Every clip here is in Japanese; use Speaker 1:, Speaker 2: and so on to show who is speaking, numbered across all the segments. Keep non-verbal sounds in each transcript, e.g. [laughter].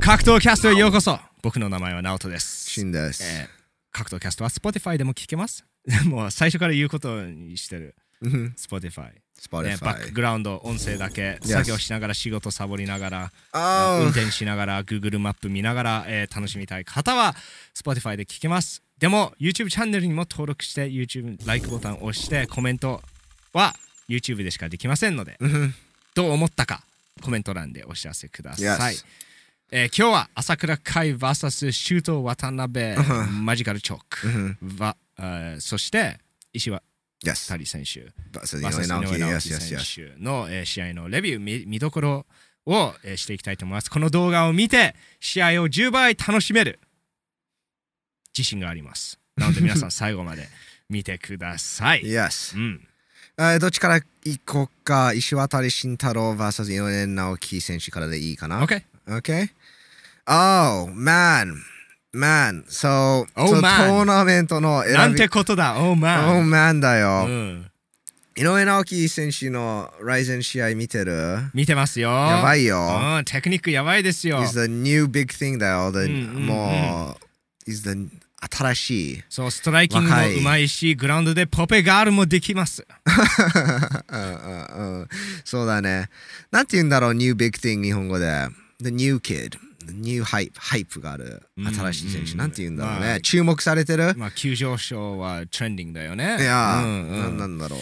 Speaker 1: 格闘キャストへようこそ僕の名前はナオトです
Speaker 2: シンです、
Speaker 1: えー格闘キャストは Spotify でも聞けます。 [laughs] もう最初から言うことにしてる。Spotify。ね、バック
Speaker 2: Spotify
Speaker 1: グラウンド、音声だけ、
Speaker 2: Yes
Speaker 1: 作業しながら、仕事サボりながら、
Speaker 2: あー
Speaker 1: 運転しながら、Google マップ見ながら、えー楽しみたい方は Spotify で聞けます。でも、YouTube チャンネルにも登録して、YouTube、LIKE ボタンを押して、コメントは YouTube でしかできませんので、どう思ったか、コメント欄でお知らせください
Speaker 2: Yes。
Speaker 1: えー今日は朝倉海 VS 周東渡辺マジカルチョークは、あーそして石渡
Speaker 2: Yes
Speaker 1: 選手
Speaker 2: That's the only
Speaker 1: VS 井上
Speaker 2: Naoki
Speaker 1: 直
Speaker 2: Yes
Speaker 1: 樹
Speaker 2: yes
Speaker 1: 選
Speaker 2: yes
Speaker 1: 手の、えー試合のレビュー見見どころを、えーしていきたいと思いますこの動画を見て試合を10倍楽しめる自信がありますなので皆さん最後まで見てください、
Speaker 2: Yes
Speaker 1: うん、
Speaker 2: えーどっちから行こうか石渡慎太郎 VS 井上直樹選手からでいいかな
Speaker 1: OK
Speaker 2: Okay. Oh man, man. So,
Speaker 1: Oh,
Speaker 2: so
Speaker 1: man.
Speaker 2: トーナメントの選び
Speaker 1: なんてことだオー
Speaker 2: Oh
Speaker 1: マン
Speaker 2: man だ
Speaker 1: う
Speaker 2: よ。
Speaker 1: ん、
Speaker 2: 井上直樹選手のライゼン試合見てる？
Speaker 1: 見てますよ
Speaker 2: やば
Speaker 1: い
Speaker 2: いよ。
Speaker 1: うん、テクニックやばいですよ
Speaker 2: Is the new big thing だよ。The
Speaker 1: うんうんうん
Speaker 2: もう is the 新しい。
Speaker 1: そう、ストライキングも
Speaker 2: 若いう
Speaker 1: まいし、グラウンドでポペガールもできます。
Speaker 2: うんうんうんそうだね。なんて言うんだろう、new big thing 日本語で。The new kid。The new hype。ハイプがある。新しい選
Speaker 1: うんう
Speaker 2: 手。
Speaker 1: ん
Speaker 2: なんて言うんだろう
Speaker 1: まあ
Speaker 2: ね。注目されてる
Speaker 1: まあ、急上昇はトレンディングだよね。
Speaker 2: いやー、
Speaker 1: うんうん
Speaker 2: なんなんだろう。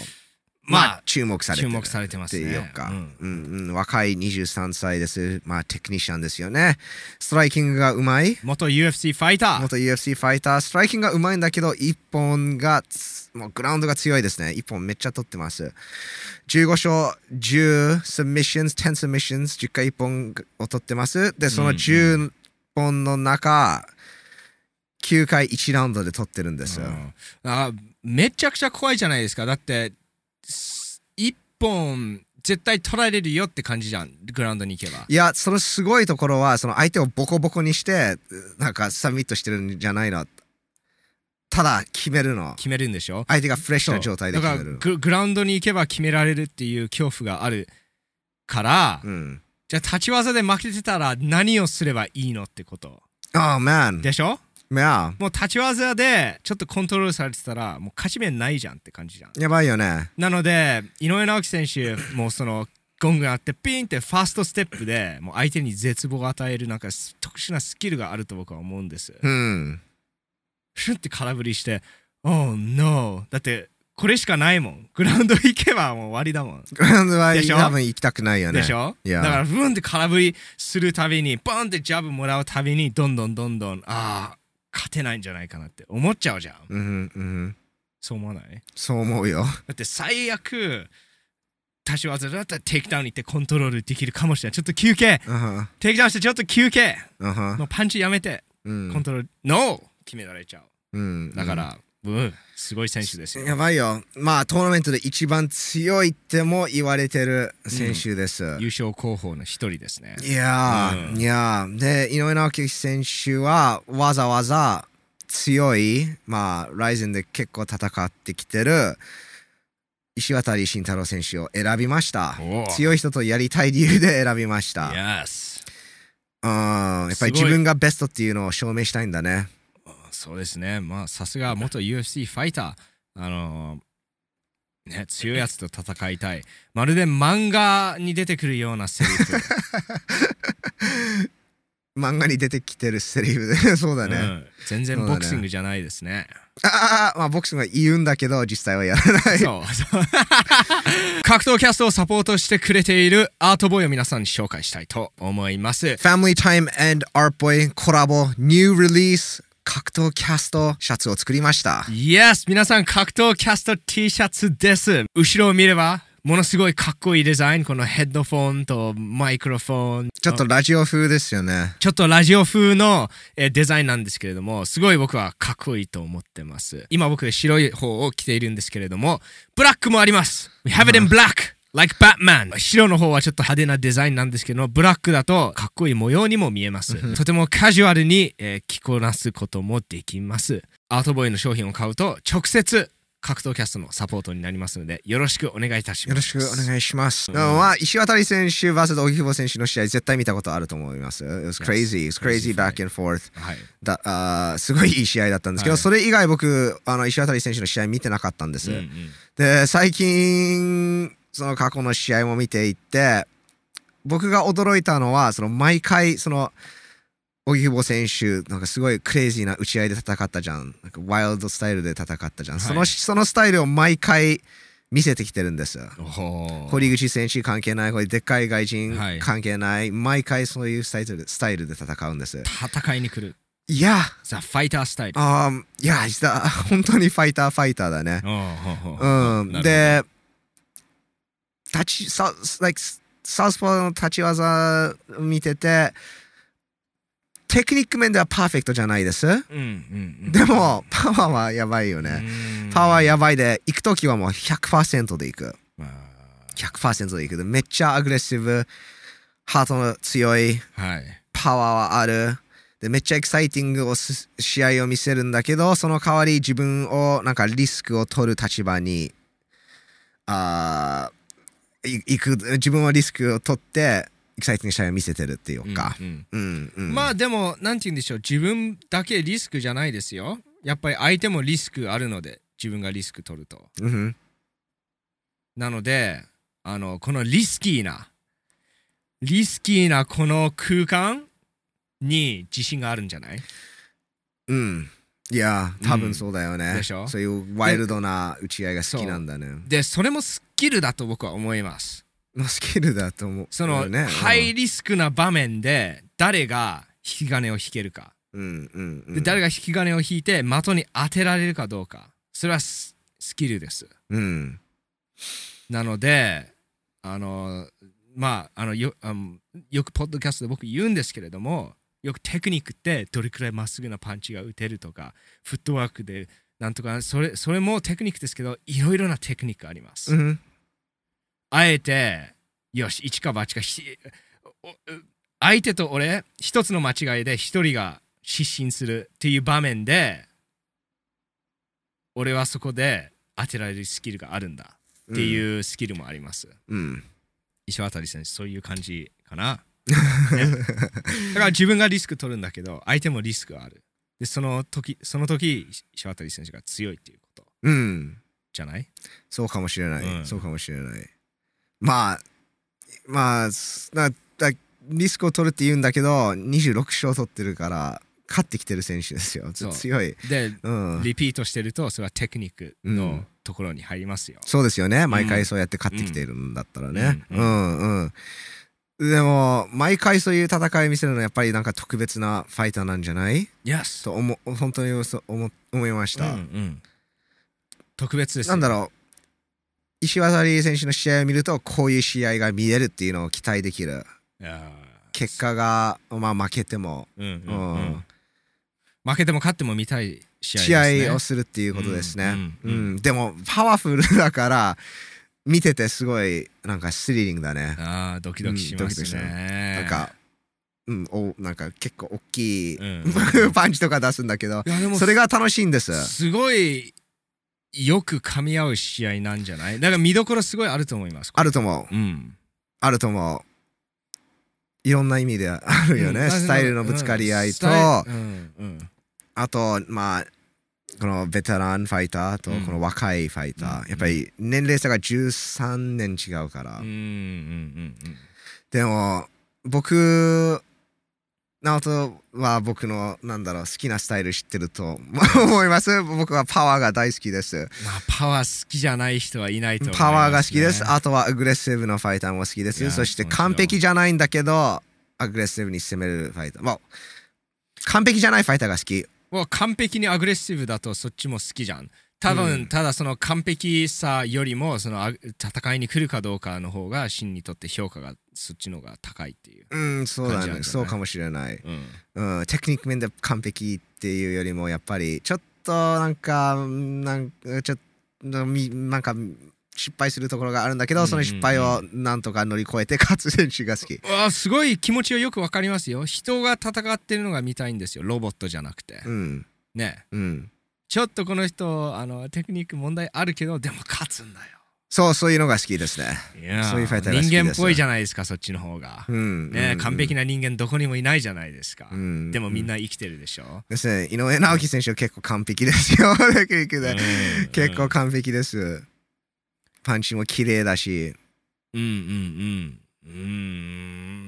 Speaker 1: まあ
Speaker 2: 注目されて
Speaker 1: 注
Speaker 2: る
Speaker 1: 目されてま
Speaker 2: って
Speaker 1: すね。
Speaker 2: いうか、
Speaker 1: ん
Speaker 2: うんうん、若い23歳です。まあ、テクニシャンですよね。ストライキングがうまい。
Speaker 1: 元 UFC ファイター。
Speaker 2: 元 UFC ファイター、ストライキングがうまいんだけど、一本がつ、もうグラウンドが強いですね。一本めっちゃ取ってます。15勝10、サミッションズ、10サミッションズ、10回一本を取ってます。で、その10本の中、9回1ラウンドで取ってるんですよ。
Speaker 1: うんあめちゃくちゃ怖いじゃないですか。だって、す一本絶対取られるよって感じじゃん、グラウンドに行けば。
Speaker 2: いや、そのすごいところは、その相手をボコボコにして、なんかサミットしてるんじゃないの。ただ、決めるの。
Speaker 1: 決めるんでしょ
Speaker 2: 相手がフレッシ
Speaker 1: そ
Speaker 2: ュ
Speaker 1: う
Speaker 2: な状態で
Speaker 1: だか
Speaker 2: 決
Speaker 1: ら
Speaker 2: めるの。
Speaker 1: ググラウンドに行けば決められるっていう恐怖があるから、
Speaker 2: うん。
Speaker 1: じゃあ立ち技で負けてたら何をすればいいのってこと。
Speaker 2: ああ、man.
Speaker 1: でしょ
Speaker 2: Yeah.
Speaker 1: もう立ち技でちょっとコントロールされてたらもう勝ち目ないじゃんって感じじゃん
Speaker 2: やばいよね。
Speaker 1: なので井上直樹選手もうそのゴングがあってピンってファーストステップでもう相手に絶望を与えるなんかす特殊なスキルがあると僕は思うんです
Speaker 2: うん。
Speaker 1: シュンって空振りして「Oh no」だってこれしかないもんグラウンド行けばもう終わりだもん
Speaker 2: グラウンド
Speaker 1: [laughs]
Speaker 2: は
Speaker 1: でしょ
Speaker 2: 多分行きたくないよね。
Speaker 1: でしょ、
Speaker 2: いや
Speaker 1: だからブンって空振りするたびにバンってジャブもらうたびにどんどんどんどんああ勝てないんじゃないかなって思っちゃうじゃん
Speaker 2: うんうんうん。
Speaker 1: そう思わない
Speaker 2: そう思うよ。
Speaker 1: だって最悪足し技だったらテイクダウンに行ってコントロールできるかもしれないちょっと休憩
Speaker 2: うんはん
Speaker 1: テイクダウンしてちょっと休憩
Speaker 2: うんはん
Speaker 1: もうパンチやめて
Speaker 2: う
Speaker 1: コン
Speaker 2: ん
Speaker 1: トロール、NO! 決められちゃう
Speaker 2: うん。
Speaker 1: だから、うんすごい選手ですよ
Speaker 2: やばいよ。まあ、トーナメントで一番強いっても言われてる選手です。
Speaker 1: 優勝候補の一人ですね
Speaker 2: いやー、
Speaker 1: うん
Speaker 2: いやーで井上直樹選手はわざわざ強いまあライゼンで結構戦ってきてる石渡慎太郎選手を選びました
Speaker 1: おお
Speaker 2: 強い人とやりたい理由で選びました
Speaker 1: Yes
Speaker 2: うんやっぱり
Speaker 1: すごい
Speaker 2: 自分がベストっていうのを証明したいんだね
Speaker 1: そうですねまあさすが元 UFC ファイターあのーね、強いやつと戦いたい [laughs] まるで漫画に出てくるようなセリフ
Speaker 2: 漫画に出てきてるセリフで [laughs] そうだね、
Speaker 1: うん全然ボクシングじゃないですね
Speaker 2: あああまあボクシングは言うんだけど実際はやらない
Speaker 1: そうそう [laughs] 格闘キャストをサポートしてくれているアートボーイを皆さんに紹介したいと思います。
Speaker 2: Family Time and Art Boy コラボ New Release 格闘キャストシャツを作りました。
Speaker 1: Yes! 皆さん格闘キャスト T シャツです。後ろを見ればものすごいかっこいいデザイン。このヘッドフォンとマイクロフォン。
Speaker 2: ちょっとラジオ風ですよね。
Speaker 1: ちょっとラジオ風の、えーデザインなんですけれども、すごい僕はかっこいいと思ってます。今僕白い方を着ているんですけれども、ブラックもあります。We have it in black! Like Batman! 白の方はちょっと派手なデザインなんですけども、ブラックだとかっこいい模様にも見えます。とてもカジュアルに、えー着こなすこともできます。アートボーイの商品を買うと、直接格闘キャストのサポートになりますので、よろしくお願いいたし
Speaker 2: よ
Speaker 1: ま
Speaker 2: ろし
Speaker 1: す。
Speaker 2: くお願いします。
Speaker 1: うん
Speaker 2: まあ、石渡選手 vs 荻窪選手の試合、絶対見たことあると思います。It was crazy, it was
Speaker 1: Crazy
Speaker 2: crazy
Speaker 1: fight.
Speaker 2: back and forth.
Speaker 1: はい。
Speaker 2: だあーすごいいい試合だったんですけど、
Speaker 1: はい
Speaker 2: それ以外僕、あの石渡選手の試合見てなかったんです。
Speaker 1: うんうん
Speaker 2: で、最近、その過去の試合も見ていって、僕が驚いたのは、その毎回、その、荻窪選手、なんかすごいクレイジーな打ち合いで戦ったじゃん。なんかワイルドスタイルで戦ったじゃん。
Speaker 1: はい
Speaker 2: その、そのスタイルを毎回見せてきてるんですよ。
Speaker 1: おほー
Speaker 2: 堀口選手関係ない、これでっかい外人
Speaker 1: はい
Speaker 2: 関係ない、毎回そういうスタイルでスタイルで戦うんです。
Speaker 1: 戦いに来る。
Speaker 2: いや、
Speaker 1: ザ・ファイタースタイル。
Speaker 2: あーいや、だ本当にファイターファイターだね。
Speaker 1: おーほーほー
Speaker 2: うん、
Speaker 1: なるほど
Speaker 2: で、立ち、サ like サウスポーの立ち技を見てて、テクニック面ではパーフェクトじゃないです。
Speaker 1: うんうんうん
Speaker 2: でも、パワーはやばいよね。パワー、やばいで、行くときはもう100%で行く。
Speaker 1: うんま
Speaker 2: 100%で行くで。めっちゃアグレッシブ、ハートの強い、
Speaker 1: あはい。
Speaker 2: パワーはある。で、めっちゃエキサイティングをす試合を見せるんだけど、その代わり自分をなんかリスクを取る立場に、あーい行く、自分はリスクを取って、エキサイティング試合を見せてるっていうか。
Speaker 1: うんうん
Speaker 2: うん、うん。
Speaker 1: まあでもなんて言うんでしょう自分だけリスクじゃないですよやっぱり相手もリスクあるので自分がリスク取ると
Speaker 2: うん、
Speaker 1: なのであのこのリスキーなリスキーなこの空間に自信があるんじゃない
Speaker 2: うん。いやー、多分そうだよね。
Speaker 1: うんでしょ
Speaker 2: そういうワイルドな打ち合いが好きなんだね。
Speaker 1: でそれもスキルだと僕は思います
Speaker 2: まあ、スキルだと思う。
Speaker 1: その、
Speaker 2: ね、
Speaker 1: ハイリスクな場面で誰が引き金を引けるか
Speaker 2: うん、うん、うん。
Speaker 1: で誰が引き金を引いて的に当てられるかどうかそれはススキルです
Speaker 2: うん。
Speaker 1: なのであのまああのよあのよくポッドキャストで僕言うんですけれどもよくテクニックってどれくらいまっすぐなパンチが打てるとかフットワークでなんとかそれそれもテクニックですけどいろいろなテクニックあります、
Speaker 2: うん。
Speaker 1: あえてよし一か八かひおお相手と俺一つの間違いで一人が失神するっていう場面で俺はそこで当てられるスキルがあるんだって
Speaker 2: う。
Speaker 1: いうスキルもあります、
Speaker 2: うん。
Speaker 1: 石渡選手そういう感じかな
Speaker 2: [laughs]
Speaker 1: だから自分がリスク取るんだけど相手もリスクがあるでその時その時石渡選手が強いっていうこと
Speaker 2: うん。
Speaker 1: じゃない
Speaker 2: そうかもしれない、
Speaker 1: うん
Speaker 2: そうかもしれないまあまあすなだリスクを取るって言うんだけど26勝取ってるから勝ってきてる選手ですよ
Speaker 1: そう
Speaker 2: 強い、
Speaker 1: で
Speaker 2: うん、
Speaker 1: リピートしてるとそれはテクニック
Speaker 2: う
Speaker 1: の
Speaker 2: ん
Speaker 1: ところに入りますよ、
Speaker 2: そうですよね毎回そうやって勝ってきてるんだったらねう
Speaker 1: うんん
Speaker 2: うん、でも毎回そういう戦い見せるのはやっぱりなんか特別なファイターなんじゃない
Speaker 1: Yes
Speaker 2: と思本当にそう思思いました、
Speaker 1: うんうん特別ですよ
Speaker 2: なんだろう石渡選手の試合を見るとこういう試合が見れるっていうのを期待できる
Speaker 1: いやー
Speaker 2: 結果が、まあ、負けても
Speaker 1: うんうんう
Speaker 2: う
Speaker 1: ん
Speaker 2: ん
Speaker 1: 負けても勝っても見たい試合です
Speaker 2: 試
Speaker 1: ね
Speaker 2: 合をするっていうことですね。う
Speaker 1: うんうんうん
Speaker 2: んでもパワフルだから見ててすごいなんかスリリングだね。
Speaker 1: あードキドキしますね、
Speaker 2: うんドキドキしなんか、うん、おなんか結構大きい、
Speaker 1: うん
Speaker 2: [laughs] パンチとか出すんだけど
Speaker 1: いやでも
Speaker 2: それが楽しいんです。
Speaker 1: すごいよく噛み合う試合なんじゃないだから見どころすごいあると思います
Speaker 2: あると思う
Speaker 1: うん
Speaker 2: あると思う。いろんな意味であるよね、
Speaker 1: うん
Speaker 2: スタイルのぶつかり合いと、
Speaker 1: うんスタイルうんうん
Speaker 2: あとまあこのベテランファイターと
Speaker 1: うん
Speaker 2: この若いファイター、
Speaker 1: うん
Speaker 2: やっぱり年齢差が13年違うから、
Speaker 1: うんうんうんうん
Speaker 2: でも僕直人は僕のなんだろう好きなスタイル知ってると思います僕はパワーが大好きです
Speaker 1: まあパワー好きじゃない人はいないと思います、ね、
Speaker 2: パワーが好きですあとはアグレッシブなファイターも好きで
Speaker 1: い
Speaker 2: す
Speaker 1: や
Speaker 2: そして
Speaker 1: もちろん
Speaker 2: 完璧じゃないんだけどアグレッシブに攻めるファイターまあ完璧じゃないファイターが好き
Speaker 1: もう完璧にアグレッシブだとそっちも好きじゃん多分、
Speaker 2: うん
Speaker 1: ただその完璧さよりもそのあ戦いに来るかどうかの方が真にとって評価がそっちの方が高いっていう、
Speaker 2: うんそう
Speaker 1: 感
Speaker 2: だ
Speaker 1: じなんじゃない
Speaker 2: ねそうかもしれない
Speaker 1: うん、
Speaker 2: うん、テクニック面で完璧っていうよりもやっぱりちょっとなんかうんなんかちょっとみなんか失敗するところがあるんだけ
Speaker 1: う
Speaker 2: ど、
Speaker 1: んうん
Speaker 2: その失敗をなんとか乗り越えて勝つ選手が好き。
Speaker 1: わあすごい気持ちはよくわかりますよ人が戦ってるのが見たいんですよロボットじゃなくて、
Speaker 2: うん
Speaker 1: ね
Speaker 2: うん
Speaker 1: ちょっとこの人あのテクニック問題あるけどでも勝つんだよ
Speaker 2: そう、そういうのが好きですね。
Speaker 1: いや
Speaker 2: そういうファイターが好きです
Speaker 1: 人間っぽいじゃないですかそっちの方が
Speaker 2: う、ん。
Speaker 1: ね、完璧
Speaker 2: な。
Speaker 1: な人間どこにもいないじゃないですか、
Speaker 2: うん
Speaker 1: でもみんな生きてるでしょ、
Speaker 2: ですね、井上直樹選手は結構完璧ですよ、 [laughs] テクニックで。
Speaker 1: うん
Speaker 2: 結構完璧です。パンチも綺麗だし、
Speaker 1: うんうんうんう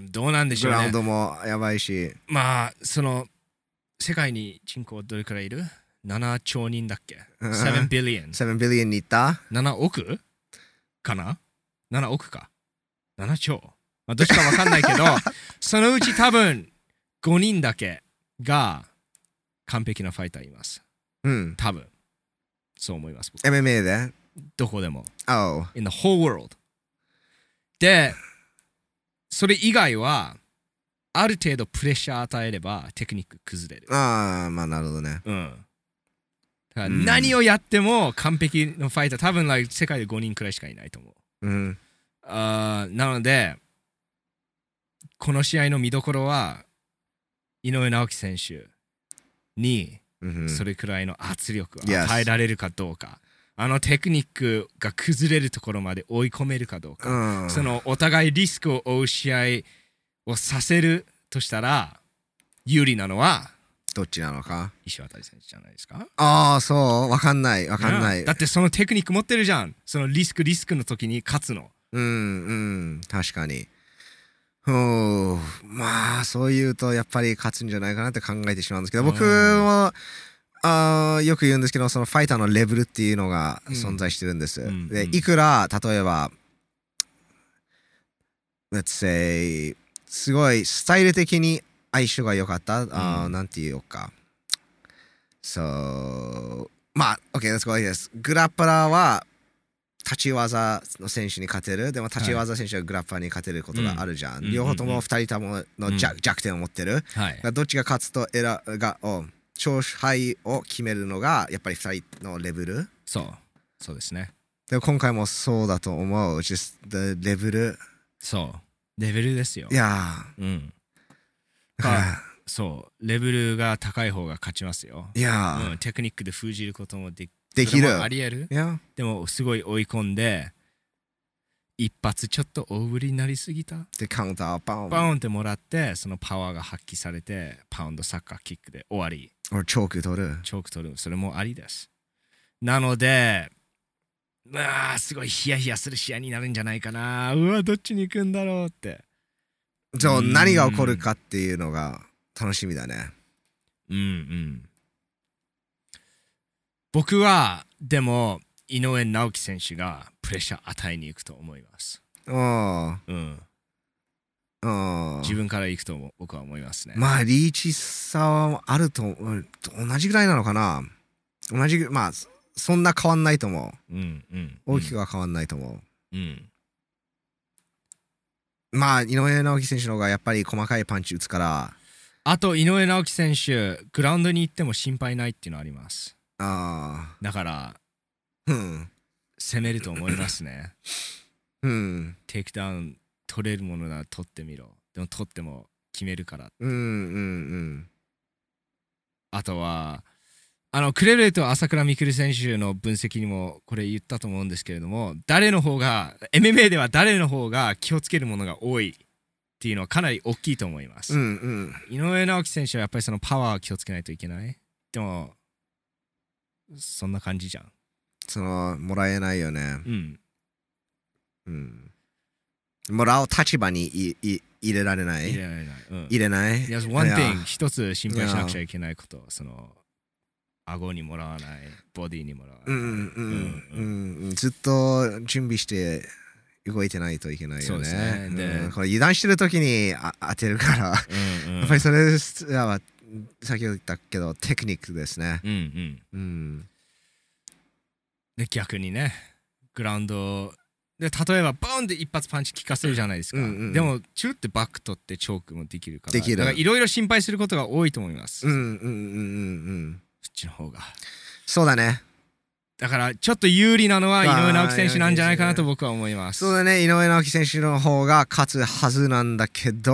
Speaker 1: んどうなんでし
Speaker 2: グ
Speaker 1: ょう
Speaker 2: ラウン
Speaker 1: ね
Speaker 2: ドもやばいし、
Speaker 1: まあその世界に人口どれくらいいる ?7 兆人だっけ
Speaker 2: うん
Speaker 1: ?7 ビリオン
Speaker 2: 7ビリオンに行った
Speaker 1: 7億かな ?7 億か7兆、まあ、どっちかわかんないけ
Speaker 2: [laughs]
Speaker 1: どそのうち多分5人だけが完璧なファイターいます
Speaker 2: うん。
Speaker 1: 多分そう思います僕
Speaker 2: MMA で
Speaker 1: どこでも
Speaker 2: 青。
Speaker 1: in the whole world でそれ以外はある程度プレッシャー与えればテクニック崩れる
Speaker 2: ああ、まあなるほどね。
Speaker 1: うんだから
Speaker 2: うん
Speaker 1: 何をやっても完璧のファイター多分 like 世界で5人くらいしかいないと思う
Speaker 2: うん。
Speaker 1: あーなのでこの試合の見どころは井上直樹選手に
Speaker 2: うん、
Speaker 1: それくらいの圧力を
Speaker 2: Yes
Speaker 1: 与えられるかどうか、あのテクニックが崩れるところまで追い込めるかどうか、
Speaker 2: うん、
Speaker 1: そのお互いリスクを負う試合をさせるとしたら有利なのは
Speaker 2: どっちなのか
Speaker 1: 石渡選手じゃないですか
Speaker 2: ああそうわかんないわかんない、
Speaker 1: ねだってそのテクニック持ってるじゃんそのリスクリスクの時に勝つの
Speaker 2: うんうん確かにうんまあそう言うとやっぱり勝つんじゃないかなって考えてしまうんですけど僕
Speaker 1: うん
Speaker 2: はあーよく言うんですけどそのファイターのレベルっていうのが
Speaker 1: うん
Speaker 2: 存在してるんです、
Speaker 1: うん
Speaker 2: で
Speaker 1: うん
Speaker 2: いくら例えば let's say すごいスタイル的に相性が良かった、あー
Speaker 1: うん
Speaker 2: なんて言おうか So まあ OK let's go like this グラッパラーは立ち技の選手に勝てるでも立ち技選手はグラッパーに勝てることがあるじゃん、
Speaker 1: うん
Speaker 2: 両方と
Speaker 1: うんうんう
Speaker 2: も
Speaker 1: ん
Speaker 2: 2人ともの弱,、弱点を持ってるだか
Speaker 1: はい
Speaker 2: らどっちが勝つと選がお勝敗を決めるのがやっぱり2人のレベル
Speaker 1: そうそうですね
Speaker 2: でも今回もそうだと思う just the レベル
Speaker 1: そうレベルですよ
Speaker 2: いや
Speaker 1: うん
Speaker 2: ー
Speaker 1: かそうレベルが高い方が勝ちますよ、
Speaker 2: [laughs] いやー、
Speaker 1: うん、テクニックで封じることもでき
Speaker 2: できる
Speaker 1: それもありえる
Speaker 2: いや
Speaker 1: でもすごい追い込んで一発ちょっと大振りになりすぎた
Speaker 2: でカウンターバウン
Speaker 1: バーンってもらってそのパワーが発揮されてパウンドサッカーキックで終わり
Speaker 2: 俺チョーク取る
Speaker 1: チョーク取るそれもありですなのでうわあすごいヒヤヒヤする試合になるんじゃないかなうわどっちに行くんだろうって
Speaker 2: そう
Speaker 1: うん
Speaker 2: 何が起こるかっていうのが楽しみだね
Speaker 1: うんうん僕はでも井上直樹選手がプレッシャー与えに行くと思います、
Speaker 2: おー
Speaker 1: うん、
Speaker 2: おー
Speaker 1: 自分から行くとも僕は思いますね、
Speaker 2: まあリーチ差はあると思う同じぐらいなのかな同じぐまあそそんな変わんないと思
Speaker 1: うんうん、
Speaker 2: う大きくは変わんないと思う、
Speaker 1: うん
Speaker 2: まあ井上直樹選手の方がやっぱり細かいパンチ打つから
Speaker 1: あと井上直樹選手グラウンドに行っても心配ないっていうのあります
Speaker 2: あ
Speaker 1: だから
Speaker 2: ーうん
Speaker 1: 攻めると思いますね
Speaker 2: うん
Speaker 1: テイクダウン取れるものなら取ってみろでも取っても決めるから
Speaker 2: うんうん
Speaker 1: あとはあのクレレと朝倉未来選手の分析にもこれ言ったと思うんですけれども誰の方が MMA では誰の方が気をつけるものが多いっていうのはかなり大きいと思いま
Speaker 2: う
Speaker 1: す、
Speaker 2: んうんうん
Speaker 1: 井上直樹選手はやっぱりそのパワーを気をつけないといけないでもそんな感じじゃん
Speaker 2: そのもらえないよね
Speaker 1: うん
Speaker 2: うんもらう立場にいい入れられない
Speaker 1: 入れられない、うん、
Speaker 2: 入れない
Speaker 1: There's one
Speaker 2: いや
Speaker 1: thing 一つ心配しなくちゃいけないことその顎にもらわないボディにもらわない
Speaker 2: うんうんうんうんずっと準備して動いてないといけない
Speaker 1: そ
Speaker 2: よ
Speaker 1: う
Speaker 2: ね
Speaker 1: ですねで
Speaker 2: うんこれ油断してる時にあ当てるから、や
Speaker 1: うんうん
Speaker 2: っぱりそれは先ほど言ったけどテクニックですね
Speaker 1: うんうん
Speaker 2: うん
Speaker 1: で逆にねグラウンドで例えばボーンで一発パンチ効かせるじゃないですか、
Speaker 2: うんうんうん
Speaker 1: でもチューってバック取ってチョークもできるから
Speaker 2: できる
Speaker 1: だからいろいろ心配することが多いと思います、
Speaker 2: うんう
Speaker 1: そっ
Speaker 2: んうんうんうん
Speaker 1: ちの方が
Speaker 2: そうだね
Speaker 1: だからちょっと有利なのは井
Speaker 2: まあ
Speaker 1: 上直樹選手なんじゃないかなと僕は思います
Speaker 2: そうだね井上直樹選手の方が勝つはずなんだけど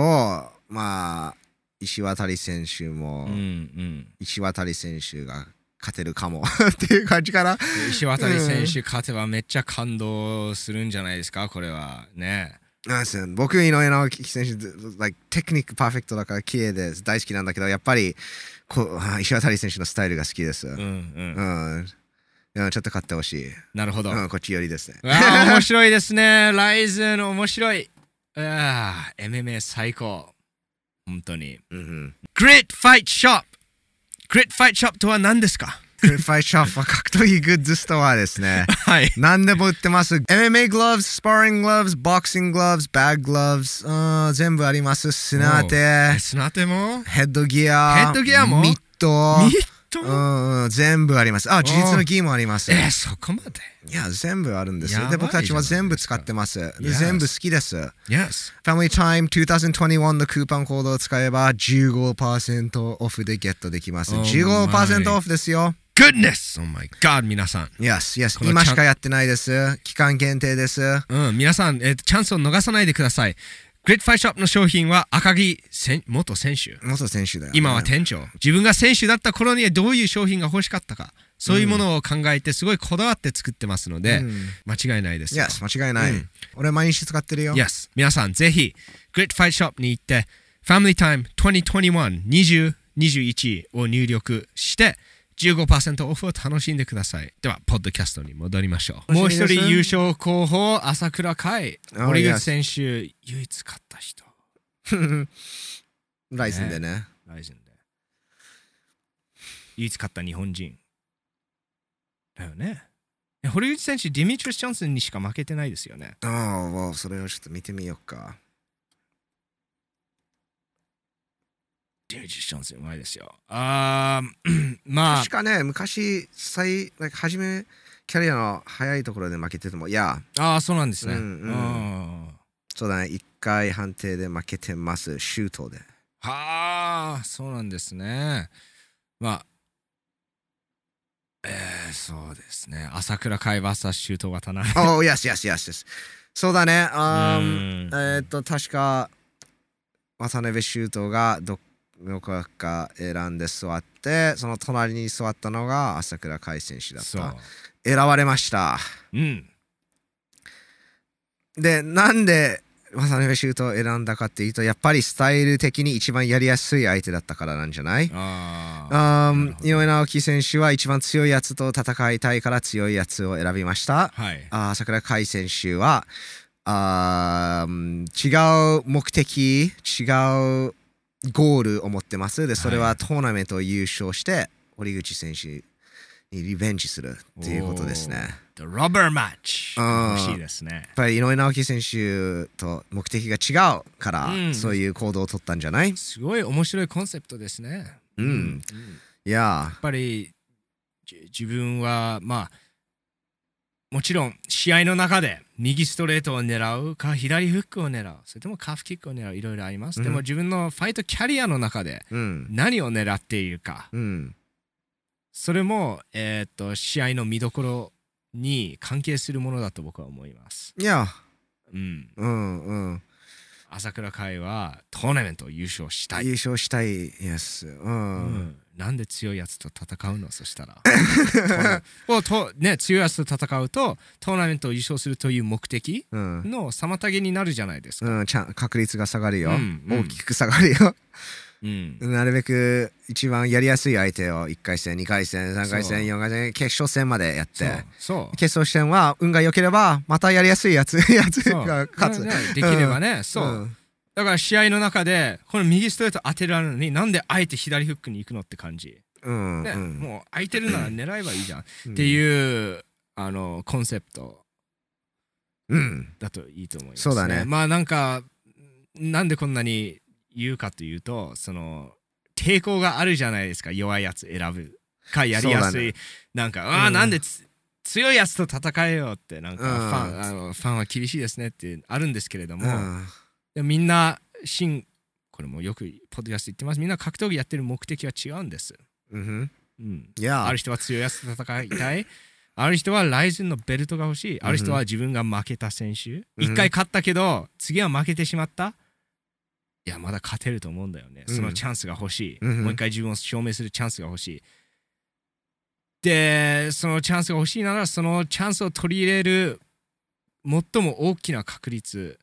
Speaker 2: まあ石渡選手も、
Speaker 1: うんうん
Speaker 2: 石渡選手が勝てるかもっていう感じかな。
Speaker 1: 石渡選手勝てばめっちゃ感動するんじゃないですか、これは。ね。
Speaker 2: なんですよ僕、井上直樹選手、ず like テクニックパーフェクトだから綺麗です。大好きなんだけど、やっぱりこうあ石渡選手のスタイルが好きです。う
Speaker 1: うん
Speaker 2: ん。
Speaker 1: うん。
Speaker 2: うんちょっと勝ってほしい。
Speaker 1: なるほど。
Speaker 2: うん、こっち寄りですね。
Speaker 1: わあ面白いですね。ライズン面白い。ああ、MMA 最高。本当に。
Speaker 2: うんうん。
Speaker 1: Great Fight Shop! Great Fight Shop とは何ですか
Speaker 2: クルファイショップは格闘技グッズストアで
Speaker 1: [laughs]
Speaker 2: すね。
Speaker 1: はい。
Speaker 2: 何でも売ってます。MMA グローブ、スパーリンググローブ、ボクシンググローブ、バッググローブ、全部あります。砂当て、
Speaker 1: 砂手も
Speaker 2: ヘッドギア、
Speaker 1: ヘッドギアも
Speaker 2: ミット、
Speaker 1: ミット
Speaker 2: うんうん、全部あります。あ、事実のギーもあります。
Speaker 1: え、そこまで
Speaker 2: いや、全部あるんです
Speaker 1: や
Speaker 2: よ。
Speaker 1: ばい
Speaker 2: で、僕たちは全部使ってます。で
Speaker 1: Yes
Speaker 2: 全部好きです。フ
Speaker 1: ?Yes。
Speaker 2: ァミリータイム2021のクーパンコードを使えば15%オフでゲットできます。
Speaker 1: Oh my
Speaker 2: 15%オフですよ。
Speaker 1: Goodness! Oh my god, 皆さん。
Speaker 2: Yes, yes.
Speaker 1: この
Speaker 2: 今しかやってないです。期間限定です。
Speaker 1: うん、皆さん、えーチャンスを逃さないでください。Great Fight Shop の商品は赤木選元選手。
Speaker 2: 元選手だよ、ね。
Speaker 1: 今は店長自分が選手だった頃にどういう商品が欲しかったかそういうものを考えてすごいこだわって作ってますので、間違いないですよ
Speaker 2: Yes, 間違いない。
Speaker 1: うん
Speaker 2: 俺毎日使ってるよ。
Speaker 1: Yes 皆さんぜひ Great Fight Shop に行って Family Time 2021-2021を入力して15%オフを楽しんでくださいではポッドキャストに戻りましょうもう
Speaker 2: 楽し
Speaker 1: 一
Speaker 2: みです
Speaker 1: 人優勝候補朝倉海
Speaker 2: Oh,
Speaker 1: 森
Speaker 2: yes.
Speaker 1: 口選手唯一勝った人
Speaker 2: [laughs] ライセンでね。
Speaker 1: ライゼンで唯一勝った日本人だよねえ堀内選手ディミトリス・ジョンソンにしか負けてないですよね
Speaker 2: ああ、わあそれをちょっと見てみようか。
Speaker 1: ディミトリス・ジョンソンうまいですよあー [clears throat] まあ
Speaker 2: 確かね、昔、最、なんか初め、キャリアの早いところで負けてても、いや、
Speaker 1: あーそうなんですね
Speaker 2: うんうん
Speaker 1: あー
Speaker 2: そうだね、一回判定で負けてます、シュートで。
Speaker 1: はあそうなんですねまあえー、そうですね朝倉海 VS 周東渡辺
Speaker 2: おお、yes, yes, yes, yes. そうだね、あー
Speaker 1: うん
Speaker 2: えーっと、確か、渡辺シュートがど、どこか選んで座って、その隣に座ったのが朝倉海選手だっ
Speaker 1: そう
Speaker 2: た。選ばれました。
Speaker 1: うん
Speaker 2: でなんで渡辺シュートを選んだかっていうとやっぱりスタイル的に一番やりやすい相手だったからなんじゃない
Speaker 1: あー
Speaker 2: あ
Speaker 1: なる
Speaker 2: ー
Speaker 1: ほど
Speaker 2: 井上直樹選手は一番強いやつと戦いたいから強いやつを選びました
Speaker 1: はい
Speaker 2: あー桜海選手はあー違う目的違うゴールを持ってますでそれ
Speaker 1: は
Speaker 2: はいトーナメントを優勝して堀口選手にリベンジするっていうことですね
Speaker 1: おー The Rubber Match
Speaker 2: あー
Speaker 1: 欲しいですね
Speaker 2: やっぱり井上直樹選手と目的が違うから、
Speaker 1: うん
Speaker 2: そういう行動を取ったんじゃない
Speaker 1: すごい面白いコンセプトですね。
Speaker 2: うん
Speaker 1: うん
Speaker 2: いや
Speaker 1: やっぱりじ自分はまあもちろん試合の中で右ストレートを狙うか左フックを狙うそれともカーフキックを狙ういろいろあります、
Speaker 2: うん
Speaker 1: でも自分のファイトキャリアの中で
Speaker 2: ーうん
Speaker 1: 何を狙っているか
Speaker 2: うん
Speaker 1: それも、えーっと試合の見どころに関係するものだと僕は思います、
Speaker 2: いや
Speaker 1: うん、
Speaker 2: うんうん
Speaker 1: 朝倉海はトーナメントを優勝したい
Speaker 2: 優勝したいですうん、
Speaker 1: なんで強いやつと戦うのそしたらをと、ね、強いやつと戦うとトーナメントを優勝するという目的
Speaker 2: うん
Speaker 1: の妨げになるじゃないですか、
Speaker 2: うん、ちゃん確率が下がるよ、
Speaker 1: うんうん
Speaker 2: 大きく下がるよ
Speaker 1: うん
Speaker 2: なるべく一番やりやすい相手を1回戦2回戦3回
Speaker 1: そ
Speaker 2: 戦
Speaker 1: う
Speaker 2: 4回戦決勝戦までやっ
Speaker 1: そう
Speaker 2: て
Speaker 1: そう
Speaker 2: 決勝戦は運が良ければまたやりやすいやつやつ
Speaker 1: そう
Speaker 2: [laughs] が勝つ、
Speaker 1: ねねできればね、そう、
Speaker 2: ん
Speaker 1: だから試合の中でこの右ストレート当てられるのになんであえて左フックに行くのって感じ、
Speaker 2: うん
Speaker 1: ね
Speaker 2: うん
Speaker 1: もう空いてるなら狙えばいいじゃん、って
Speaker 2: う
Speaker 1: いうあのコンセプト
Speaker 2: ん、うん
Speaker 1: だといいと思います、
Speaker 2: そうだね
Speaker 1: まあなんかなんでこんなに言うかというとその抵抗があるじゃないですか弱いやつ選ぶかやりや
Speaker 2: そう
Speaker 1: す
Speaker 2: だ
Speaker 1: い、
Speaker 2: ね
Speaker 1: なんかああ、
Speaker 2: うん
Speaker 1: なんでつ強いやつと戦えよってなんかファン,、
Speaker 2: うん
Speaker 1: あのファンは厳しいですねってあるんですけれども、
Speaker 2: うん
Speaker 1: でもみんな真これもよくポッドキャスト言ってますみんな格闘技やってる目的は違うんです、
Speaker 2: うん
Speaker 1: うん、
Speaker 2: いや
Speaker 1: ある人は強いやつと戦いた
Speaker 2: [laughs]
Speaker 1: い。ある人はライズンのベルトが欲しい。ある人は自分が負けた選手。
Speaker 2: うん
Speaker 1: 一回勝ったけど、次は負けてしまった。いや、まだ勝てると思うんだよね。
Speaker 2: うん
Speaker 1: そのチャンスが欲しい。
Speaker 2: うん
Speaker 1: もう一回自分を証明するチャンスが欲しい。で、そのチャンスが欲しいなら、そのチャンスを取り入れる最も大きな確率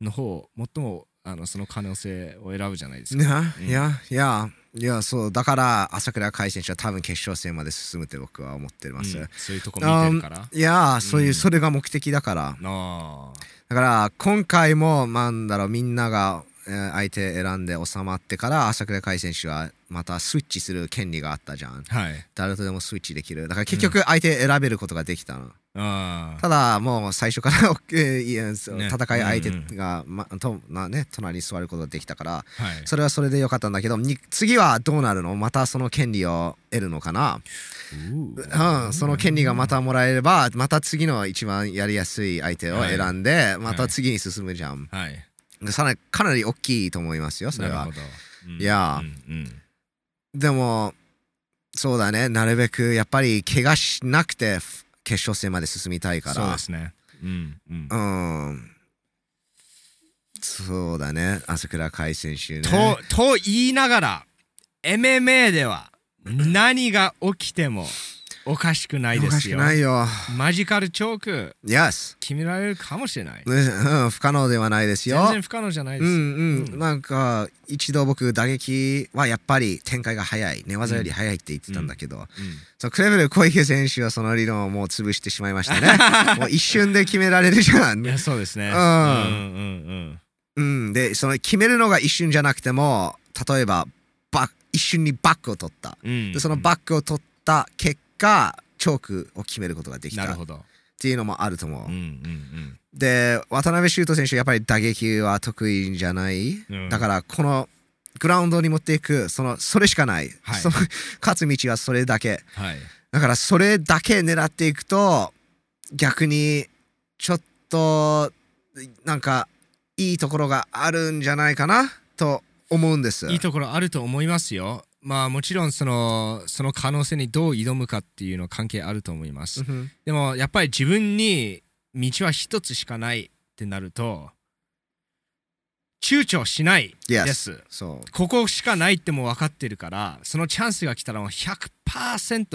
Speaker 1: の方、最もあのその可能性を選ぶじゃないです
Speaker 2: い
Speaker 1: か。
Speaker 2: や
Speaker 1: うん
Speaker 2: いやいやいやそうだから朝倉海選手は多分決勝戦まで進むって僕は思ってます、
Speaker 1: うんそういうとこ見てるから。
Speaker 2: いやーそういう、
Speaker 1: うん
Speaker 2: それが目的だから
Speaker 1: なあ。
Speaker 2: だから今回もまあなんだろうみんながえー相手選んで収まってから朝倉海選手はまたスイッチする権利があったじゃん
Speaker 1: はい。
Speaker 2: 誰とでもスイッチできるだから結局相手選べることができたの、
Speaker 1: ああ。
Speaker 2: ただもう最初から [laughs] えーいやそう
Speaker 1: ね
Speaker 2: 戦い相手が、まとなね、隣に座ることができたから
Speaker 1: はい。
Speaker 2: それはそれでよかったんだけどに次はどうなるのまたその権利を得るのかな、
Speaker 1: う
Speaker 2: うん、その権利がまたもらえればまた次の一番やりやすい相手を選んで、また次に進むじゃん、
Speaker 1: はい。
Speaker 2: でさらにかなり大きいと思いますよそれ
Speaker 1: な
Speaker 2: は
Speaker 1: るほど。うん
Speaker 2: いや
Speaker 1: うん
Speaker 2: でもそうだねなるべくやっぱり怪我しなくてふ決勝戦まで進みたい
Speaker 1: うん
Speaker 2: か
Speaker 1: そう
Speaker 2: ら
Speaker 1: ですね。うん。うん
Speaker 2: うんそうだね朝倉海選手ね
Speaker 1: とと言いながら MMA では何が起きてもおかしくないで
Speaker 2: おか
Speaker 1: す
Speaker 2: しく
Speaker 1: よ
Speaker 2: ないよ
Speaker 1: マジカルチョーク
Speaker 2: Yes
Speaker 1: 決められるかもしれない
Speaker 2: ねうん不可能ではないですよ
Speaker 1: 全然不可能じゃないで
Speaker 2: う
Speaker 1: す、
Speaker 2: んうん、
Speaker 1: うん
Speaker 2: なんか一度僕打撃はやっぱり展開が早い寝技より早いって言ってたんだけど、そうクレベル小池選手はその理論をもう潰してしまいまし
Speaker 1: [laughs]
Speaker 2: たねもう一瞬で決められるじゃ
Speaker 1: うん
Speaker 2: ん
Speaker 1: いやそうですね
Speaker 2: うん
Speaker 1: うんうん
Speaker 2: うん、でその決めるのが一瞬じゃなくても例えばバッ一瞬にバックを取った
Speaker 1: うんうん
Speaker 2: でそのバックを取った結果チョークを決めることができ
Speaker 1: な
Speaker 2: た
Speaker 1: る
Speaker 2: っ
Speaker 1: ほど
Speaker 2: ていうのもあると思
Speaker 1: う
Speaker 2: う、
Speaker 1: んうん
Speaker 2: で渡辺修斗選手やっぱり打撃は得意じゃない、
Speaker 1: うん
Speaker 2: だからこのグラウンドに持っていくそのそれしかない、
Speaker 1: はい
Speaker 2: その勝つ道はそれだけ
Speaker 1: うんはい
Speaker 2: だからそれだけ狙っていくと逆にちょっとなんかいいところがあるんじゃないかなと思うんです。
Speaker 1: いいところあると思いますよまあもちろんそのその可能性にどう挑むかっていうのは関係あると思います
Speaker 2: うん
Speaker 1: でもやっぱり自分に道は一つしかないってなると躊躇しないで
Speaker 2: yes.
Speaker 1: す、
Speaker 2: そう
Speaker 1: ここしかないってもう分かってるからそのチャンスが来たらもう100%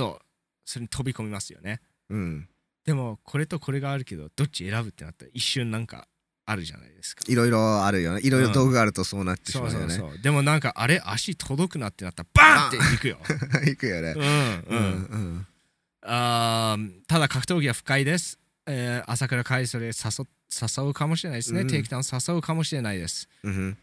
Speaker 1: それに飛び込みますよね
Speaker 2: うん、
Speaker 1: でもこれとこれがあるけどどっち選ぶってなったら一瞬なんかあるじゃないですか
Speaker 2: いろいろあるよねいろいろ道具があるとそうなってし
Speaker 1: そう
Speaker 2: まうよ
Speaker 1: そ
Speaker 2: ね。
Speaker 1: うそうでもなんかあれ足届くなってなったらバーンっていくよ
Speaker 2: [laughs] いくよね
Speaker 1: う。んう
Speaker 2: う
Speaker 1: んん
Speaker 2: うん
Speaker 1: あーただ格闘技は不快です、えー朝倉海それ誘誘うかもしれないですね、
Speaker 2: うん
Speaker 1: テイクダウン誘うかもしれないです
Speaker 2: うん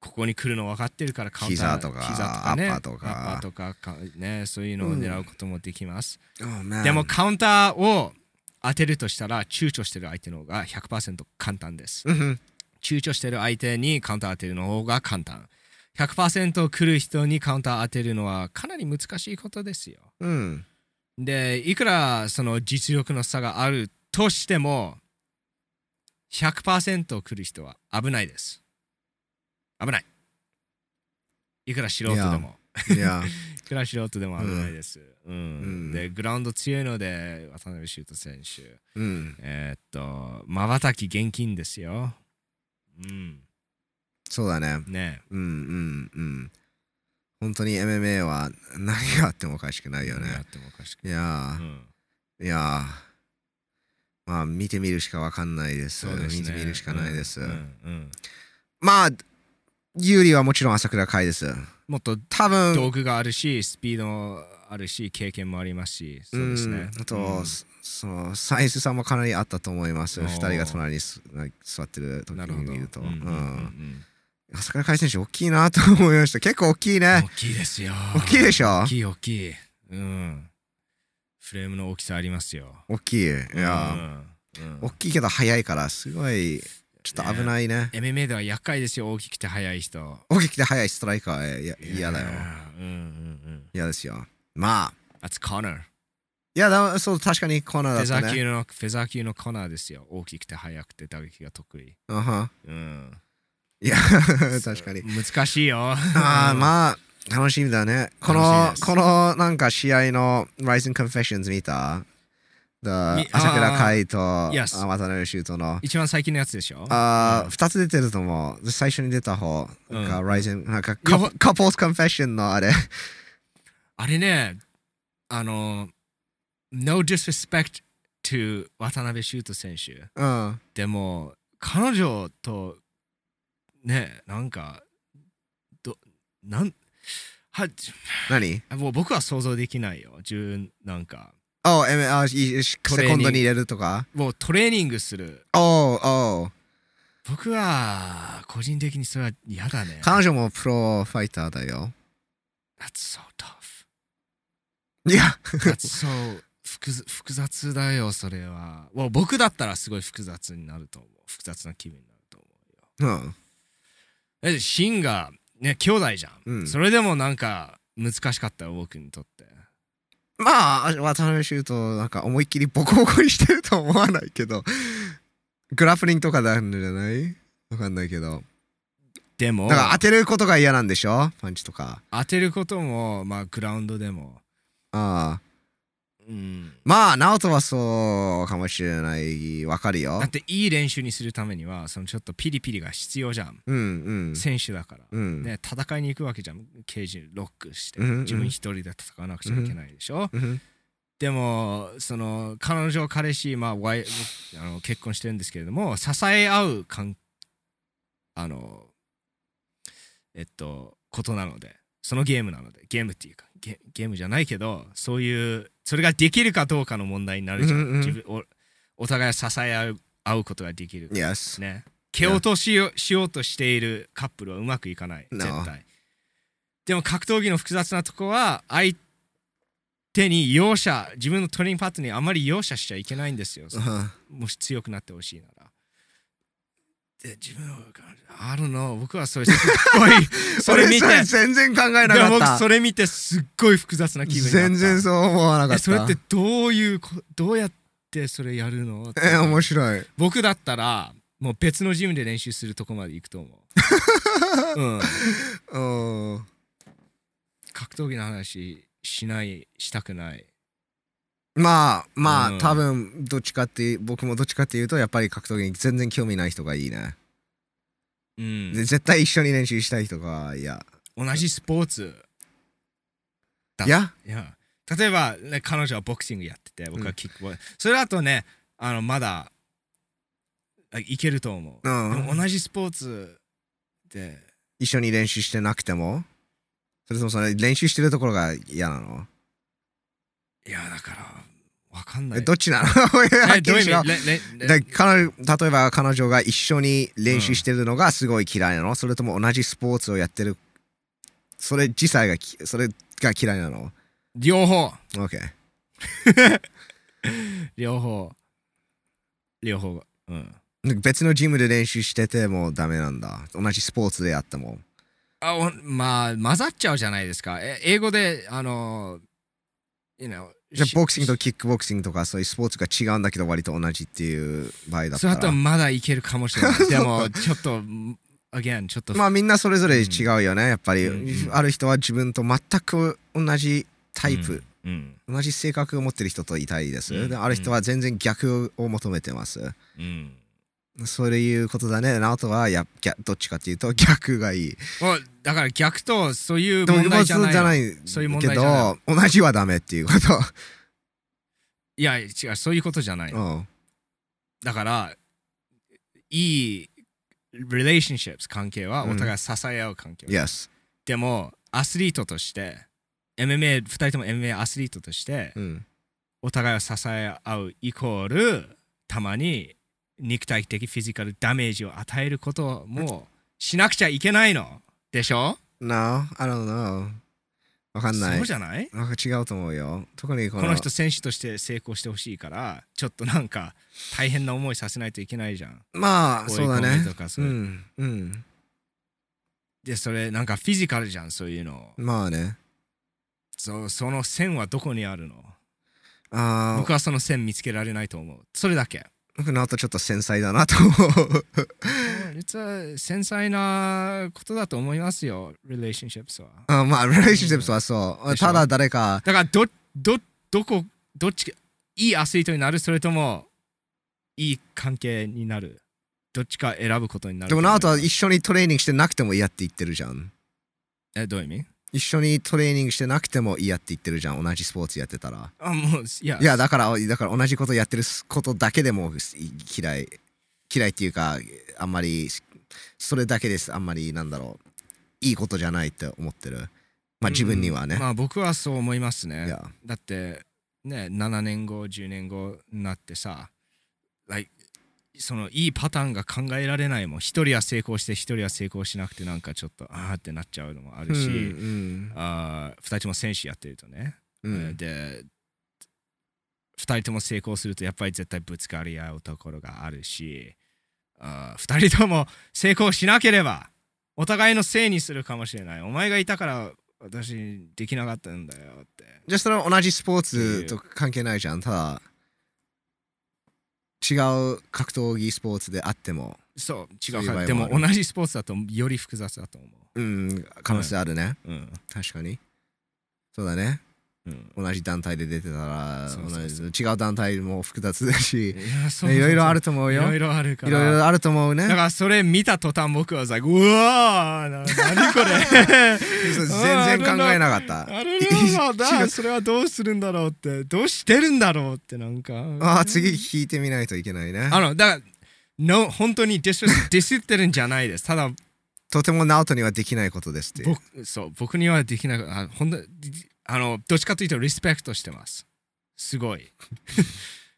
Speaker 1: ここに来るの分かってるからカウンター
Speaker 2: 膝とか
Speaker 1: 膝とか、ね、
Speaker 2: アッパーとか
Speaker 1: アッパーとかかね、そういうのを狙うこともできます、
Speaker 2: Oh, man.
Speaker 1: でもカウンターを当てるとしたら躊躇してる相手の方が100%簡単です
Speaker 2: うん
Speaker 1: 躊躇してる相手にカウンター当てるの方が簡単100%来る人にカウンター当てるのはかなり難しいことですよ
Speaker 2: うん
Speaker 1: でいくらその実力の差があるとしても100%来る人は危ないです危ないいくら素人で
Speaker 2: い
Speaker 1: も
Speaker 2: いや [laughs]
Speaker 1: いくら素人でも危ないです、うん
Speaker 2: うん
Speaker 1: でグラウンド強いので渡辺修斗選手
Speaker 2: うん
Speaker 1: えーっとまばたき厳禁ですようん
Speaker 2: そうだね。
Speaker 1: ね
Speaker 2: うんうんうん。本当に MMA は何があってもおかしくないよね。
Speaker 1: やってもおかしく
Speaker 2: い
Speaker 1: ない、
Speaker 2: や
Speaker 1: うん
Speaker 2: ー、いやー、まあ見てみるしかわかんないです。
Speaker 1: そうですね
Speaker 2: 見てみるしかないです。
Speaker 1: うんうんうん
Speaker 2: まあ、有利はもちろん朝倉海です。
Speaker 1: もっと
Speaker 2: 多分、
Speaker 1: 道具があるしスピードもあるし経験もありますしそうですね
Speaker 2: んあと、
Speaker 1: うん
Speaker 2: そそのサイズ差もかなりあったと思います。
Speaker 1: おー
Speaker 2: 二人が隣にす座ってる時
Speaker 1: なるほど
Speaker 2: に見ると。
Speaker 1: うんうんうん
Speaker 2: うん
Speaker 1: うん
Speaker 2: 朝倉海選手大きいなと思いました。結構大きいね
Speaker 1: 大。きいですよ
Speaker 2: 大きいでしょ
Speaker 1: 大きい大きいうんフレームの大きさありますよ
Speaker 2: 大きい。いやー。
Speaker 1: うんうん
Speaker 2: 大きいけど速いからすごいちょっと危ないね
Speaker 1: MMA では厄介ですよ大きくて速い人
Speaker 2: 大きくて速いストライカーいや嫌だよ
Speaker 1: うんうんうん
Speaker 2: 嫌ですよまあ
Speaker 1: That's Connor
Speaker 2: いやだそう確かにコーナ
Speaker 1: フ
Speaker 2: ー
Speaker 1: ェ
Speaker 2: だ
Speaker 1: ザ
Speaker 2: った
Speaker 1: ー
Speaker 2: ね
Speaker 1: 級のフェザー級のコナーですよ大きくて速くて打撃が得意
Speaker 2: うんはん
Speaker 1: うん
Speaker 2: いや [laughs] 確かに
Speaker 1: 難しいよ
Speaker 2: ああ
Speaker 1: あ
Speaker 2: まあ楽しみだねこの
Speaker 1: 楽しみです
Speaker 2: このなんか試合の Rising Confessions 見ただ
Speaker 1: み
Speaker 2: 朝倉海と
Speaker 1: ー Yes
Speaker 2: あ渡辺修斗の
Speaker 1: [laughs] 一番最近のやつでしょ
Speaker 2: あ
Speaker 1: う
Speaker 2: ー
Speaker 1: ん
Speaker 2: 二つ出てると思う最初に出た方が
Speaker 1: うん
Speaker 2: Rising なんか
Speaker 1: 両方 [laughs]
Speaker 2: Couples Confession のあれ
Speaker 1: あれね、あの、no disrespect to 渡辺修斗選手。
Speaker 2: うん。
Speaker 1: でも、彼女と、ね、なんか、ど、なん、は、
Speaker 2: 何
Speaker 1: もう僕は想像できないよ。自分なんか、
Speaker 2: おう、えめ、あ、いい、し
Speaker 1: トレーニング
Speaker 2: セコンドに入れるとか
Speaker 1: もうトレーニングする。
Speaker 2: おう、おう。
Speaker 1: 僕は、個人的にそれは嫌だね。
Speaker 2: 彼女もプロファイターだよ。
Speaker 1: That's so tough.
Speaker 2: いや、
Speaker 1: That's so [laughs] 複雑複雑だよ、それは。もう僕だったらすごい複雑になると思う。複雑な気分になると思うよ。
Speaker 2: うん。
Speaker 1: だってシンが、ね、兄弟じゃん。
Speaker 2: うん
Speaker 1: それでもなんか、難しかったよ、僕にとって。
Speaker 2: まあ、渡辺修斗、なんか思いっきりボコボコにしてるとは思わないけど、グラプリングとかなんじゃないわかんないけど。
Speaker 1: でも
Speaker 2: だ、から当てることが嫌なんでしょパンチとか。
Speaker 1: 当てることも、まあ、グラウンドでも。
Speaker 2: ああ。
Speaker 1: うん。
Speaker 2: まあ、直人はそうかもしれない。わかるよ
Speaker 1: だっ。て、いい練習にするためには、そのちょっとピリピリが必要じゃん。
Speaker 2: うんうん。
Speaker 1: 選手だから。
Speaker 2: うん。
Speaker 1: ね、戦いに行くわけじゃんケージロックして
Speaker 2: うんうん
Speaker 1: 自分一人で戦わなくちゃいけないでしょ、
Speaker 2: うん
Speaker 1: でもその彼女彼氏、まあ、ワイ [laughs] あの結婚してるんですけれども支え合うかんあのえっとことなのでそのゲームなのでゲームっていうかゲゲームじゃないけどそういうそれができるかどうかの問題になるじゃん、
Speaker 2: うんうんうん
Speaker 1: 自分おお互いを支え合う合うことができる
Speaker 2: Yes.
Speaker 1: ね蹴落としよしようとしているカップルはうまくいかない
Speaker 2: No
Speaker 1: 絶対でも格闘技の複雑なとこは相手に容赦自分のトレーニングパートにあまり容赦しちゃいけないんですよ
Speaker 2: うん
Speaker 1: もし強くなってほしいならで自分のあるの僕はそれすっ
Speaker 2: [laughs]
Speaker 1: ごいそれ見て
Speaker 2: 俺全然考え
Speaker 1: で
Speaker 2: なか
Speaker 1: も
Speaker 2: っ
Speaker 1: 僕
Speaker 2: た。
Speaker 1: それ見てすっごい複雑な気分になった
Speaker 2: 全然そう思わなかっ
Speaker 1: え
Speaker 2: た。
Speaker 1: それってどういうこどうやってそれやるのって
Speaker 2: え、 [laughs] 面白い。
Speaker 1: 僕だったらもう別のジムで練習するとこまで行くと思 [laughs] う、うん、
Speaker 2: うん。
Speaker 1: 格闘技の話しないしたくない
Speaker 2: まあまあ、
Speaker 1: うん
Speaker 2: 多分どっちかって僕もどっちかっていうとやっぱり格闘技に全然興味ない人がいいね、
Speaker 1: うん
Speaker 2: で絶対一緒に練習したい人がいや
Speaker 1: 同じスポーツだ
Speaker 2: いや
Speaker 1: いや例えば、ね、彼女はボクシングやってて僕はキックボール、それだとねあのまだあいけると思う、
Speaker 2: うん
Speaker 1: でも同じスポーツで
Speaker 2: 一緒に練習してなくてもそれともそれ練習してるところが嫌なの、
Speaker 1: いやだからわかんな
Speaker 2: え
Speaker 1: い
Speaker 2: どっちなの [laughs]
Speaker 1: えどういう意味れれ
Speaker 2: だ彼女例えば彼女が一緒に練習してるのがすごい嫌いなの、それとも同じスポーツをやってるそれ自体がきそれが嫌いなの
Speaker 1: 両方
Speaker 2: ?OK
Speaker 1: 両方両方うん
Speaker 2: 別のジムで練習しててもダメなんだ同じスポーツでやっても
Speaker 1: あおまあ混ざっちゃうじゃないですかえ英語であの you know
Speaker 2: じゃあ
Speaker 1: し
Speaker 2: ボクシングとキックボクシングとかそういうスポーツが違うんだけど割と同じっていう場合だっ
Speaker 1: それ
Speaker 2: た
Speaker 1: だと
Speaker 2: ら
Speaker 1: まだいけるかもしれないでもちょっと again ちょっと、
Speaker 2: まあみんなそれぞれ違うよねやっぱり、
Speaker 1: うん
Speaker 2: ある人は自分と全く同じタイプ、
Speaker 1: うん、うん
Speaker 2: 同じ性格を持ってる人といたいです、
Speaker 1: うん
Speaker 2: である人は全然逆を求めてます
Speaker 1: うん
Speaker 2: そういうことだねあとはや逆どっちかっていうと逆がいい
Speaker 1: おだから逆とそういう
Speaker 2: でも
Speaker 1: 問題じゃない
Speaker 2: じゃないい
Speaker 1: そういう問
Speaker 2: け
Speaker 1: 題じゃな
Speaker 2: ど同じはダメっていうこと
Speaker 1: いや違うそういうことじゃない、
Speaker 2: うん
Speaker 1: だからいい relationships 関係はお互い支え合う関係、
Speaker 2: Yes
Speaker 1: でもアスリートとして MMA 2人とも MMA アスリートとして
Speaker 2: うん
Speaker 1: お互いを支え合うイコールたまに肉体的フィジカルダメージを与えることもしなくちゃいけないのでしょ
Speaker 2: No I don't know わかんない
Speaker 1: そうじゃない
Speaker 2: なんか違うと思うよ特にこ
Speaker 1: こ
Speaker 2: の
Speaker 1: の人選手として成功してほしいからちょっとなんか大変な思いさせないといけないじゃん。
Speaker 2: まあそうだ
Speaker 1: 追い込み
Speaker 2: ね
Speaker 1: とかそうれ
Speaker 2: んうん
Speaker 1: でそれなんかフィジカルじゃんそういうの。
Speaker 2: まあね
Speaker 1: そその線はどこにあるの
Speaker 2: あ
Speaker 1: 僕はその線見つけられないと思う。それだけ。 [laughs]
Speaker 2: あ僕の後ちょっと繊細だなと思う [laughs]
Speaker 1: 実は繊細なことだと思いますよ relationships は。
Speaker 2: あまあ relationships はそう、
Speaker 1: でしょ
Speaker 2: ただ誰か
Speaker 1: だからどどどこどっちかいいアスリートになるそれともいい関係になるどっちか選ぶことになる
Speaker 2: でもなあとは
Speaker 1: と思い
Speaker 2: 一緒にトレーニングしてなくても嫌って言ってるじゃん
Speaker 1: ますえどういう意味
Speaker 2: い一緒にトレーニングしてなくてもいいやって言ってるじゃん同じスポーツやってたら
Speaker 1: あもういや
Speaker 2: いやだからだから同じことやってることだけでも嫌い嫌いっていうかあんまりそれだけですあんまりなんだろういいことじゃないって思ってるまあ自分にはね、
Speaker 1: まあ僕はそう思いますね
Speaker 2: いや
Speaker 1: だってね7年後10年後になってさ like そのいいパターンが考えられないもん一人は成功して一人は成功しなくてなんかちょっとああってなっちゃうのもあるし、
Speaker 2: うん
Speaker 1: あー2人とも選手やってるとね、
Speaker 2: うんうん
Speaker 1: で2人とも成功するとやっぱり絶対ぶつかり合うところがあるしあ2人とも成功しなければお互いのせいにするかもしれないお前がいたから私できなかったんだよって
Speaker 2: じゃあそれは同じスポーツと関係ないじゃんただ違う格闘技スポーツであっても
Speaker 1: そう
Speaker 2: そう
Speaker 1: 違
Speaker 2: いう
Speaker 1: う
Speaker 2: 場合もある
Speaker 1: でも同じスポーツだとより複雑だと思
Speaker 2: うん可能性あるね、
Speaker 1: ううん
Speaker 2: 確かにそうだね
Speaker 1: うん
Speaker 2: 同じ団体で出てたら
Speaker 1: そうそうそう
Speaker 2: 同じ違う団体も複雑だ
Speaker 1: い
Speaker 2: し
Speaker 1: やそうそうそう
Speaker 2: いろいろあると思う
Speaker 1: い
Speaker 2: よ
Speaker 1: ろ
Speaker 2: い
Speaker 1: いろあるから
Speaker 2: ろいろあると思うね
Speaker 1: だからそれ見た途端僕はさ、うわーな何こ
Speaker 2: [laughs]
Speaker 1: れ
Speaker 2: そう全然考えなかった
Speaker 1: あれな
Speaker 2: 違
Speaker 1: だ
Speaker 2: う
Speaker 1: それはどうするんだろうってどうしてるんだろうってなんか
Speaker 2: ああ次聞いてみないといけないね
Speaker 1: あのだから no 本当にディ [laughs] スディスってるんじゃないですただ
Speaker 2: とても直人にはできないことですっていう
Speaker 1: 僕そう僕にはできなくあ本当にあのどっちかというとリスペクトしてますすご
Speaker 2: [laughs]
Speaker 1: い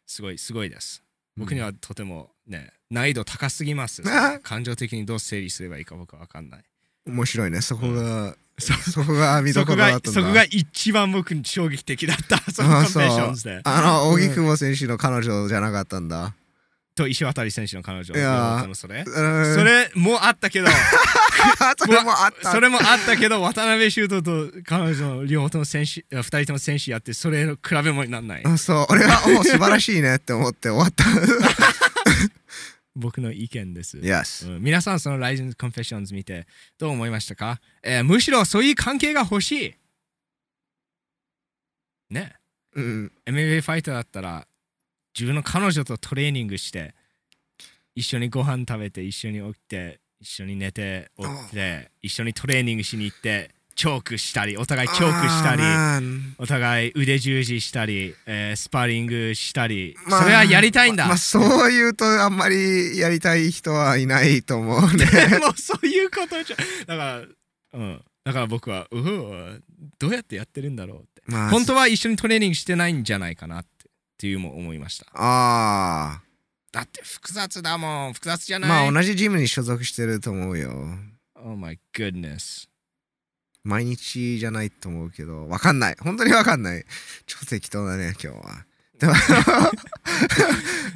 Speaker 1: すごいすごいです僕にはとてもね難易度高すぎます
Speaker 2: あ
Speaker 1: 感情的にどう整理すればいいか僕は分かんない
Speaker 2: 面白いねそこが
Speaker 1: そ
Speaker 2: そこが見ど
Speaker 1: そ
Speaker 2: こ
Speaker 1: こ
Speaker 2: ろだ
Speaker 1: が
Speaker 2: ったんだ
Speaker 1: そこが一番僕に衝撃的だったそのコン
Speaker 2: あ
Speaker 1: ペ
Speaker 2: そう
Speaker 1: ッションズで
Speaker 2: あの
Speaker 1: うん
Speaker 2: 荻窪選手の彼女じゃなかったんだ
Speaker 1: と石渡選手の彼女
Speaker 2: いやー
Speaker 1: のそれ
Speaker 2: そ
Speaker 1: それもあったけど
Speaker 2: それ [laughs] もあった
Speaker 1: それもあったけど渡辺修斗と彼女の両方とも選手2人とも選手やってそれの比べもになんない
Speaker 2: あそう俺はもう素晴らしいねって思って終わった
Speaker 1: 僕の意見です、
Speaker 2: Yes
Speaker 1: うん皆さんその Rising Confessions 見てどう思いましたか、えーむしろそういう関係が欲しいね
Speaker 2: うん、
Speaker 1: MMA ファイターだったら自分の彼女とトレーニングして一緒にご飯食べて一緒に起きて一緒に寝て起きて一緒にトレーニングしに行ってチョークしたりお互いチョークしたり
Speaker 2: あー man
Speaker 1: お互い腕十字したり、えースパーリングしたり、
Speaker 2: まあ
Speaker 1: それはやりたいんだ、
Speaker 2: まあそう言うとあんまりやりたい人はいないと思うね
Speaker 1: で [laughs] もそういうことじゃだからうんだから僕はううどうやってやってるんだろうって
Speaker 2: まあ
Speaker 1: 本当は一緒にトレーニングしてないんじゃないかなってっていうも思いました
Speaker 2: あ
Speaker 1: だって複雑だもん複雑じゃ
Speaker 2: あ
Speaker 1: ない
Speaker 2: まあ同じジムに所属してると思うよ
Speaker 1: Oh my goodness.
Speaker 2: [laughs] 毎日じゃないと思うけどわかんない本当にわかんない超適当だね今日はでも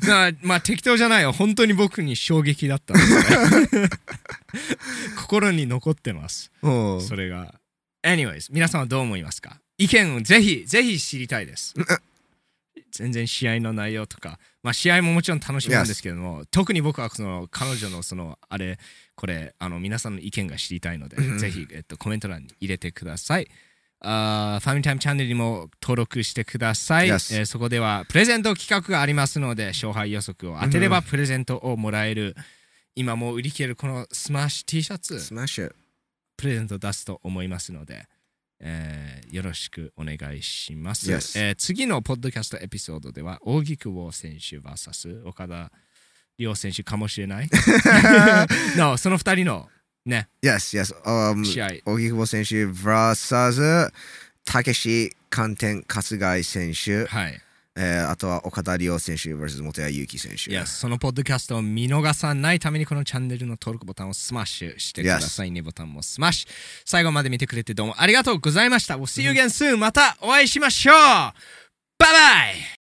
Speaker 1: なまあ適当じゃないよ。本当に僕に衝撃だったんですね [laughs] 心に残ってます。
Speaker 2: おう
Speaker 1: それが。Anyways、皆さんはどう思いますか意見をぜひ、ぜひ知りたいです。全然試合の内容とか、まあ試合ももちろん楽しみなんですけども、特に僕はその彼女のそのあれ、これ、あの皆さんの意見が知りたいので
Speaker 2: うんう、ん
Speaker 1: ぜひ、えっと、コメント欄に入れてください。あーファミリータイムチャンネルにも登録してください、
Speaker 2: Yes
Speaker 1: えーそこではプレゼント企画がありますので勝敗予測を当てればプレゼントをもらえる、今もう売り切れるこのスマッシュ T シャツ
Speaker 2: スマッシュ
Speaker 1: プレゼント出すと思いますので、えーよろしくお願いします、
Speaker 2: Yes
Speaker 1: えー次のポッドキャストエピソードでは大木久保選手 VS 岡田亮選手かもしれない [laughs] のその2人のね
Speaker 2: Yes yes um
Speaker 1: 試合
Speaker 2: 荻久保選手 VS たけし寒天春日井選手、
Speaker 1: はい
Speaker 2: えーあとは岡田亮選手 VS 元谷祐希選手
Speaker 1: いやそのポッドキャストを見逃さないためにこのチャンネルの登録ボタンをスマッシュしてくださいねボタンもスマッシュ最後まで見てくれてどうもありがとうございました We'll see you again soon またお会いしましょうバイバイ